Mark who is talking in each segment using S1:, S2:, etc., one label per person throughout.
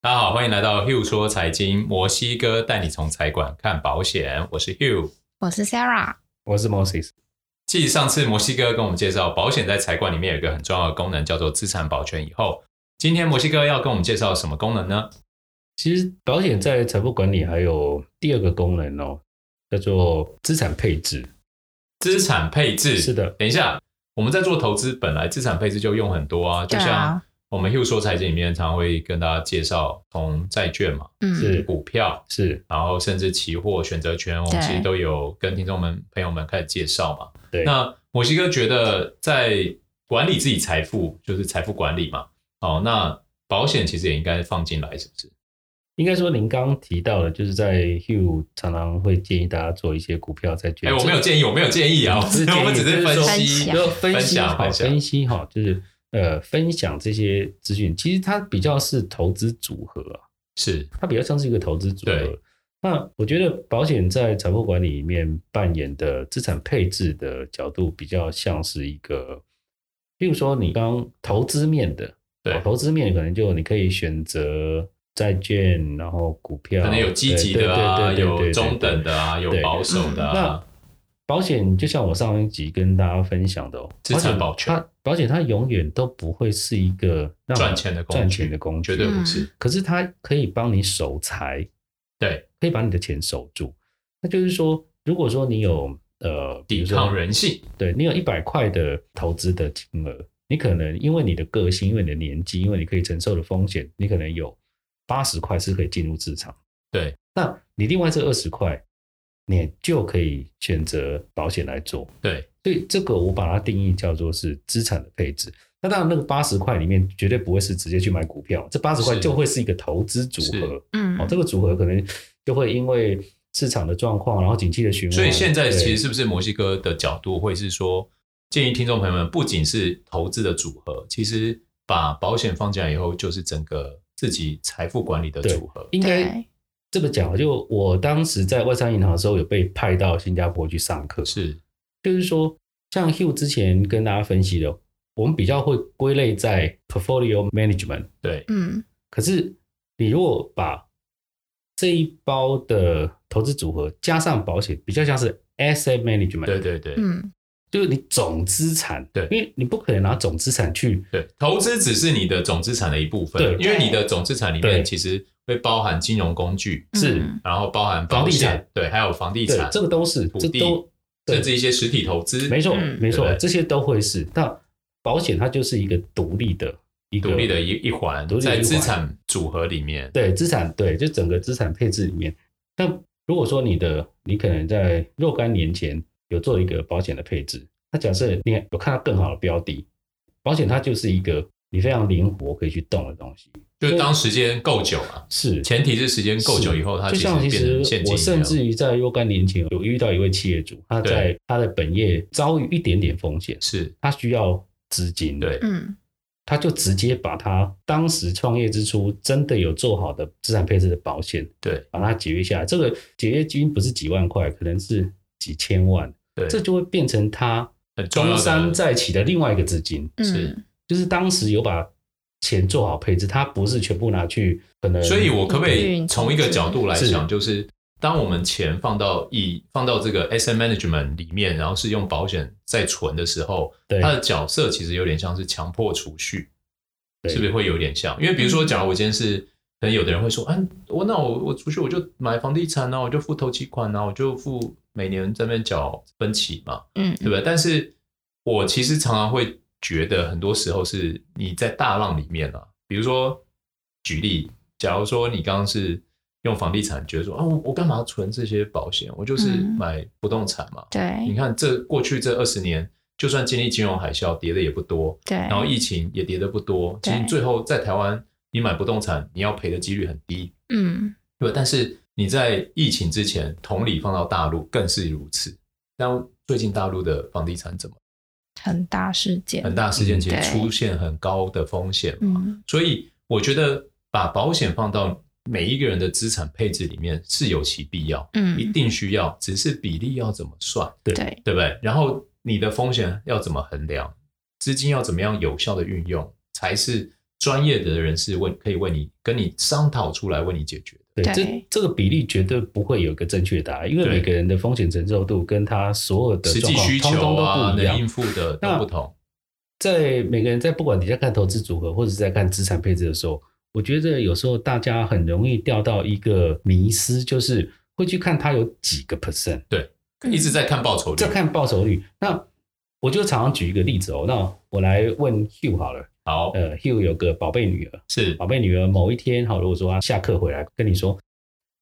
S1: 大家好，欢迎来到 Hugh 说财经，摩西哥带你从财管看保险，我是 Hugh。
S2: 我是 Sarah，
S3: 我是 Moses。
S1: 继上次摩西哥跟我们介绍保险在财管里面有一个很重要的功能，叫做资产保全以后，今天摩西哥要跟我们介绍什么功能呢？
S3: 其实保险在财富管理还有第二个功能哦，叫做资产配置。
S1: 资产配置。
S3: 是的，
S1: 等一下，我们在做投资，本来资产配置就用很多啊，就
S2: 对
S1: 像
S2: 啊，
S1: 我们 Hugh 说财经里面常会跟大家介绍，从债券嘛、
S2: 嗯，
S3: 是
S1: 股票，
S3: 是
S1: 然后甚至期货、选择权，我们
S2: 对
S1: 其实都有跟听众们、朋友们开始介绍嘛。
S3: 对
S1: 那摩西哥觉得在管理自己财富，就是财富管理嘛。哦，那保险其实也应该放进来，是不是？哎
S3: 应该说您刚刚提到的，就是在 Hugh 常常会建议大家做一些股票债券。
S1: 哎，我没有建议，我没有建议啊，我
S3: 不是建议
S1: 我们只是分
S3: 就
S1: 析
S3: 是。说分析
S1: 享
S3: 好
S1: 分享
S3: 分析好，就是呃分享这些资讯。其实它比较是投资组合啊，
S1: 是
S3: 它比较像是一个投资组合
S1: 对。
S3: 那我觉得保险在财富管理里面扮演的资产配置的角度，比较像是一个，例如说你刚投资面的，
S1: 对
S3: 哦投资面可能就你可以选择债券，然后股票，
S1: 可能有积极的啊，
S3: 对对对对对对
S1: 有中等的啊，有
S3: 对
S1: 保守的
S3: 那
S1: 啊，
S3: 保险就像我上一集跟大家分享的、哦，
S1: 资产保全
S3: 它保险它永远都不会是一个让你
S1: 赚钱的工具
S3: 赚钱的工具，
S1: 绝对不是。
S3: 可是它可以帮你守财，
S1: 对，
S3: 可以把你的钱守住。那就是说，如果说你有呃，比
S1: 抵
S3: 如说
S1: 抗人性，
S3: 对你有一百块的投资的金额，你可能因为你的个性，因为你的年纪，因为你可以承受的风险，你可能有八十块是可以进入市场。
S1: 对，
S3: 那你另外这二十块，你就可以选择保险来做。
S1: 对，
S3: 所以这个我把它定义叫做是资产的配置。那当然，那个八十块里面绝对不会是直接去买股票，这八十块
S1: 是
S3: 就会是一个投资组
S1: 是
S3: 合。
S2: 嗯
S3: 哦，，这个组合可能就会因为市场的状况，然后景气的循环。
S1: 所以现在
S3: 对
S1: 其实是不是摩西哥的角度会是说，建议听众朋友们不仅是投资的组合，其实把保险放进来以后，就是整个自己财富管理的组合。
S3: 应该
S2: 对，
S3: 这么讲，就我当时在外商银行的时候，有被派到新加坡去上课，
S1: 是
S3: 就是说，像 Hugh 之前跟大家分析的，我们比较会归类在 portfolio management，
S1: 对，
S2: 嗯，
S3: 可是你如果把这一包的投资组合加上保险，比较像是 asset management，
S1: 对，对对
S2: 嗯，
S3: 就是你总资产，
S1: 对
S3: 因为你不可能拿总资产去，
S1: 对，投资只是你的总资产的一部分，
S3: 对
S1: 因为你的总资产里
S3: 对
S1: 面其实会包含金融工具，
S3: 是
S2: 嗯
S1: 然后包含
S3: 房
S1: 保
S3: 地
S1: 险
S3: 产，
S1: 对，还有房地
S3: 对
S1: 产，，
S3: 这个都是，
S1: 土
S3: 这
S1: 地
S3: 都对
S1: 甚至一些实体投资，
S3: 没错，
S2: 嗯
S3: 没错
S1: 对不，对
S3: 这些都会是。那保险它就是一个独立的一个
S1: 独立的一一环
S3: 独，立的
S1: 在
S3: 一环
S1: 资产组合里面，
S3: 对资产，对，就整个资产配置里面。那如果说你的你可能在若干年前有做一个保险的配置，那假设你有看到更好的标的，保险它就是一个你非常灵活可以去动的东西。
S1: 就是当时间够久啊，
S3: 是，
S1: 前提是时间够久以后，它
S3: 就
S1: 其实
S3: 像其
S1: 变
S3: 实
S1: 成现金
S3: 我
S1: 一
S3: 甚
S1: 样。
S3: 至于在若干年前有遇到一位企业主，他
S1: 对
S3: 在他的本业遭遇一点点风险，
S1: 是
S3: 他需要资金，
S1: 对
S2: 嗯，
S3: 他就直接把他当时创业之初真的有做好的资产配置的保险，
S1: 对
S3: 把它解约下来。这个解约金不是几万块，可能是几千万，
S1: 对，
S3: 这就会变成他
S1: 很重要
S3: 东山
S1: 的。
S3: 再起的另外一个资金。
S1: 是
S2: 嗯，
S3: 就是当时有把钱做好配置，他不是全部拿去可能，
S1: 所以，我可不可以
S2: 嗯
S1: 从一个角度来
S3: 是
S1: 想，就是当我们钱放到以放到这个 asset management 里面，然后是用保险在存的时候，
S3: 对
S1: 它的角色其实有点像是强迫储蓄，
S3: 对
S1: 是不是会有点像？因为比如说，假如我今天是，可能有的人会说，啊，我那我我储蓄我就买房地产啊，我就付头期款啊，我就付每年这边缴分期嘛，
S2: 嗯，
S1: 对不对？但是我其实常常会觉得，很多时候是你在大浪里面啊，比如说举例，假如说你刚刚是用房地产，觉得说啊，我我干嘛存这些保险？我就是
S2: 嗯哎
S1: 买不动产嘛。你
S2: 对，
S1: 看这过去这二十年，就算经历金融海啸，跌的也不多，
S2: 对，
S1: 然后疫情也跌的不多，其
S2: 哎对
S1: 实最后在台湾，你买不动产，你要赔的几率很低，
S2: 嗯，
S1: 对，但是你在疫情之前，同理放到大陆更是如此。但最近大陆的房地产怎么
S2: 很大事件，
S1: 很大事件，其实
S2: 对
S1: 出现很高的风险嘛。
S2: 嗯，
S1: 所以我觉得把保险放到每一个人的资产配置里面是有其必要，
S2: 嗯
S1: 一定需要，只是比例要怎么算，
S2: 对，
S1: 对不对？然后你的风险要怎么衡量，资金要怎么样有效的运用，才是专业的人士为可以为你跟你商讨出来为你解决的。
S3: 对，这
S2: 对
S3: 这个比例绝对不会有一个正确答案，因为
S1: 对
S3: 每个人的风险承受度跟他所有的
S1: 实际
S3: 状况
S1: 需
S3: 通
S1: 求
S3: 通
S1: 啊，
S3: 都不一
S1: 能
S3: 样
S1: 应。付的
S3: 那
S1: 都不同。
S3: 在每个人在不管你在看投资组合或者是在看资产配置的时候，我觉得有时候大家很容易掉到一个迷失，就是会去看它有几个 percent，
S1: 一直在看报酬率，
S3: 在看报酬率。那我就常常举一个例子哦，那我来问 Hugh 好了，
S1: 好
S3: 呃，Hugh 有个宝贝女儿，
S1: 是
S3: 宝贝女儿某一天好，如果说她下课回来跟你说，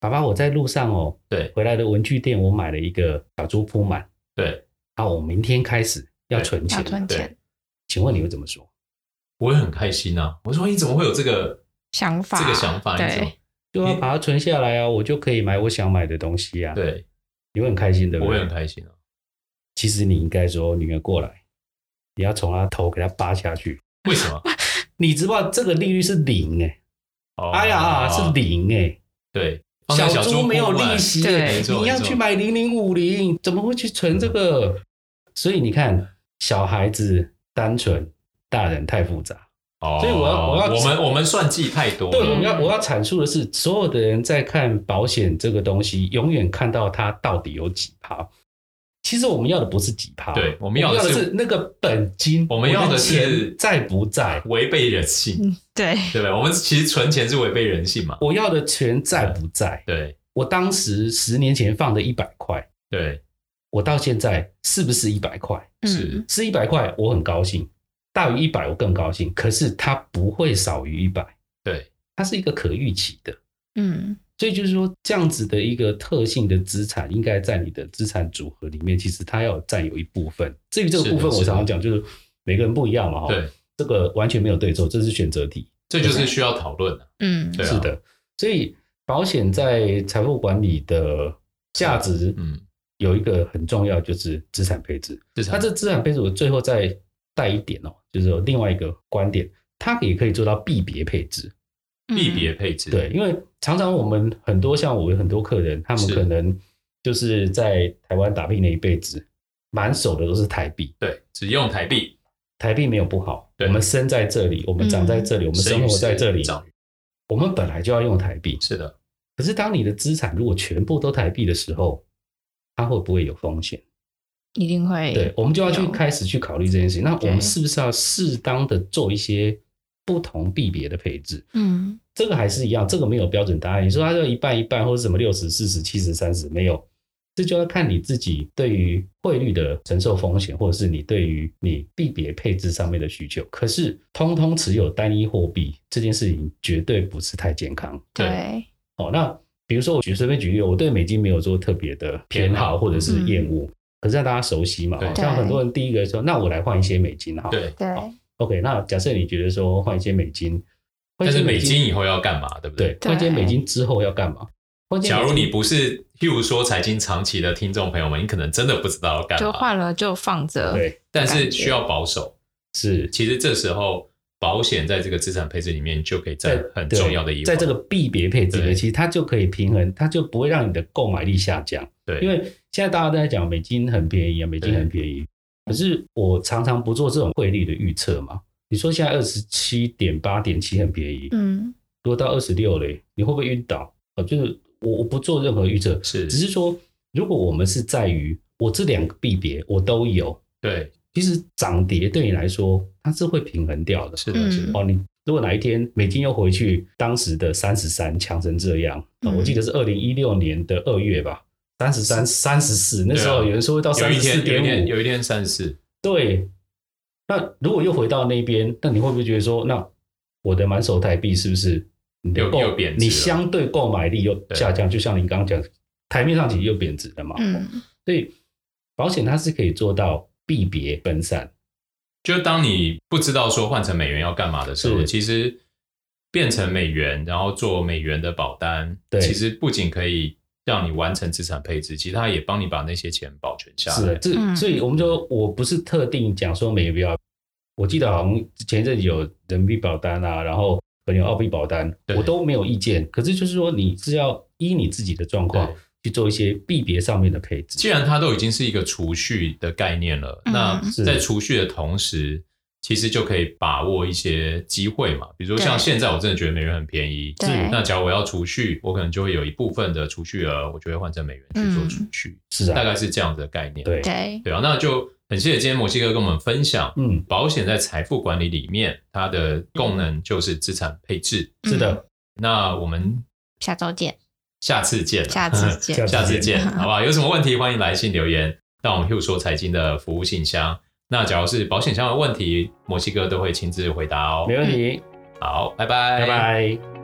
S3: 爸爸，我在路上哦，
S1: 对
S3: 回来的文具店我买了一个小猪铺满，
S1: 对，
S3: 啊，我明天开始要
S1: 对
S3: 存
S2: 要
S3: 钱，
S2: 存
S1: 对
S2: 钱
S3: 请问你会怎么说？
S1: 我也很开心啊。我说你怎么会有这个
S2: 想法，
S1: 这个想法？你怎么
S2: 对，
S3: 就要把它存下来啊，我就可以买我想买的东西啊。，
S1: 对，
S3: 你会很开心，对不
S1: 我
S3: 对？
S1: 也很开心啊。
S3: 其实你应该说，女儿过来，你要从她头给她扒下去。
S1: 为什么？
S3: 你知不知道这个利率是零哎、
S1: 哦
S3: 哎呀、是零哎、
S1: 对，放在
S3: 猪
S1: 猪
S3: 没有
S1: 铺满
S3: 利息
S2: 对
S3: 欸、
S1: 没错嗯
S3: 你要
S1: 没错
S3: 去买零零五零，怎么会去存这个？所以你看，小孩子单纯，大人太复杂。
S1: 哦
S3: 所以我要我要
S1: 我们我们算计太多
S3: 对，我
S1: 了。
S3: 要我要阐述的是，所有的人在看保险这个东西，永远看到它到底有几趴。其实我们要的不是几趴，
S1: 对我
S3: 我
S1: 们要的
S3: 的
S1: 是
S3: 那个本金，
S1: 我们要的
S3: 的
S1: 是
S3: 钱在不在？
S1: 违背人性，
S2: 嗯， 对，
S1: 对不对？我们其实存钱是违背人性嘛。
S3: 我要的钱在不在？
S1: 对
S3: 我当时十年前放的一百块，
S1: 对
S3: 我到现在是不是一百块？
S1: 是
S2: 嗯，
S3: 是一百块，我很高兴；大于一百，我更高兴。可是它不会少于一百，
S1: 对，
S3: 它是一个可预期的。
S2: 嗯，
S3: 所以就是说，这样子的一个特性的资产，应该在你的资产组合里面，其实它要占有一部分。至于这个部分，
S1: 是的
S3: 我常常讲，就是每个人不一样嘛，哈。
S1: 对，
S3: 这个完全没有对错，这是选择题。
S1: 这就是需要讨论的。
S2: 嗯，
S1: 对啊
S3: 是的，所以保险在财富管理的价值，
S1: 嗯，啊
S3: 有一个很重要就是资产配置。
S1: 资
S3: 那
S1: 产
S3: 这资产配置，我最后再带一点哦，就是有另外一个观点，它也可以做到币别配置。
S2: 嗯
S1: 币别配置，
S3: 对，因为常常我们很多像我有很多客人，他们
S1: 是
S3: 可能就是在台湾打拼了一辈子，满手的都是台币，
S1: 对，只用台币，
S3: 台币没有不好，
S1: 对
S3: 我们生在这里，我们长在
S2: 嗯
S3: 这里，我们生活在这里，
S1: 生与死
S3: 我们本来就要用台币。
S1: 是的，
S3: 可是当你的资产如果全部都台币的时候，它会不会有风险？
S2: 一定会，
S3: 对，我们就要去
S2: 哎有
S3: 开始去考虑这件事情。那我们
S2: 对
S3: 是不是要适当的做一些不同币别的配置？
S2: 嗯，
S3: 这个还是一样，这个没有标准答案。你说它就一半一半，或者什么六十、四十、七十、三十，没有，这就要看你自己对于汇率的承受风险，或者是你对于你币别配置上面的需求。可是，通通持有单一货币这件事情绝对不是太健康。
S1: 对
S2: 对，
S3: 哦，那比如说我举随便举例，我对美金没有说特别的偏
S1: 偏好
S3: 好或者是厌恶，可是让大家熟悉嘛。
S1: 嗯对
S3: 哦像很多人第一个说，那我来换一些美金哈。
S1: 对。
S2: 对，
S3: ，OK，那假设你觉得说换一些美金，换
S1: 但
S3: 一些
S1: 是美金以后要干嘛，对不
S3: 对，换一些美金之后要干嘛？换一些
S1: 假如
S3: 美金
S1: 你不是，譬如说财经长期的听众朋友们，你可能真的不知道要干
S2: 就
S1: 嘛，
S2: 换了就放着，
S3: 对
S1: 但是需要保守。
S3: 是
S1: 其实这时候保险在这个资产配置里面就可以占很
S3: 对
S1: 重要的一环，
S3: 在这个币别配置里面，
S1: 对
S3: 其实它就可以平衡，它就不会让你的购买力下降。
S1: 对，
S3: 因为现在大家都在讲美金很便宜啊，美金很便宜。可是我常常不做这种汇率的预测嘛。你说现在二十七点八点七很便宜，
S2: 嗯，
S3: 如果到二十六嘞，你会不会晕倒？呃，就是我我不做任何预测，
S1: 是
S3: 只是说，如果我们是在于我这两个币别我都有，
S1: 对，
S3: 其实涨跌对你来说它是会平衡掉的。
S1: 是的，
S2: 嗯
S1: 是的，
S3: 哦，你如果哪一天美金又回去当时的三十三，强成这样、呃
S2: 嗯
S3: 我记得是二零一六年的二月吧，三十三、三十四，那时候有人说会到
S1: 啊有
S3: 三
S1: 一
S3: 十四
S1: 天，有一天，
S3: 点五，
S1: 有一天三十四，
S3: 对。那如果又回到那边，那你会不会觉得说，那我的满手台币是不是你的
S1: 又
S3: 购
S1: 又贬值了
S3: 你相对购买力又下降？就像您刚刚讲，台面上其实又贬值了嘛。
S2: 嗯，
S3: 所以保险它是可以做到币别分散，
S1: 就当你不知道说换成美元要干嘛的时候，
S3: 是
S1: 其实变成美元，然后做美元的保单，
S3: 对
S1: 其实不仅可以让你完成资产配置，其实它也帮你把那些钱保全下
S3: 是的，
S1: 来。
S3: 这、
S2: 嗯
S3: 所以我们说，我不是特定讲说每个必要。我记得好像前一阵子有人民币保单啊，然后可能有澳币保单
S1: 对，
S3: 我都没有意见。可是就是说，你是要依你自己的状况
S1: 对
S3: 去做一些币别上面的配置。
S1: 既然它都已经是一个储蓄的概念了，
S2: 嗯
S1: 那
S3: 是
S1: 在储蓄的同时，其实就可以把握一些机会嘛。比如说
S2: 对
S1: 像现在，我真的觉得美元很便宜，
S2: 对
S1: 那假如我要储蓄，我可能就会有一部分的储蓄额，我就会换成美元去做储蓄，
S3: 是
S1: 大
S3: 啊，
S1: 概是这样子的概念。
S3: 对，
S2: 对，
S1: 对啊，那就很谢谢今天摩西哥跟我们分享。
S3: 嗯，
S1: 保险在财富管理里面，它的功能就是资产配置。
S3: 是
S2: 嗯，
S3: 的，
S1: 那我们
S2: 下 周见，
S1: 下次见啊，
S2: 下次见，
S3: 下
S1: 下次见，好 不好？有什么问题欢迎来信留言到我们 Hugh 说财经的服务信箱。那假如是保险箱的问题，摩西哥都会亲自回答哦
S3: 没。问题，
S1: 好，拜拜，
S3: 拜拜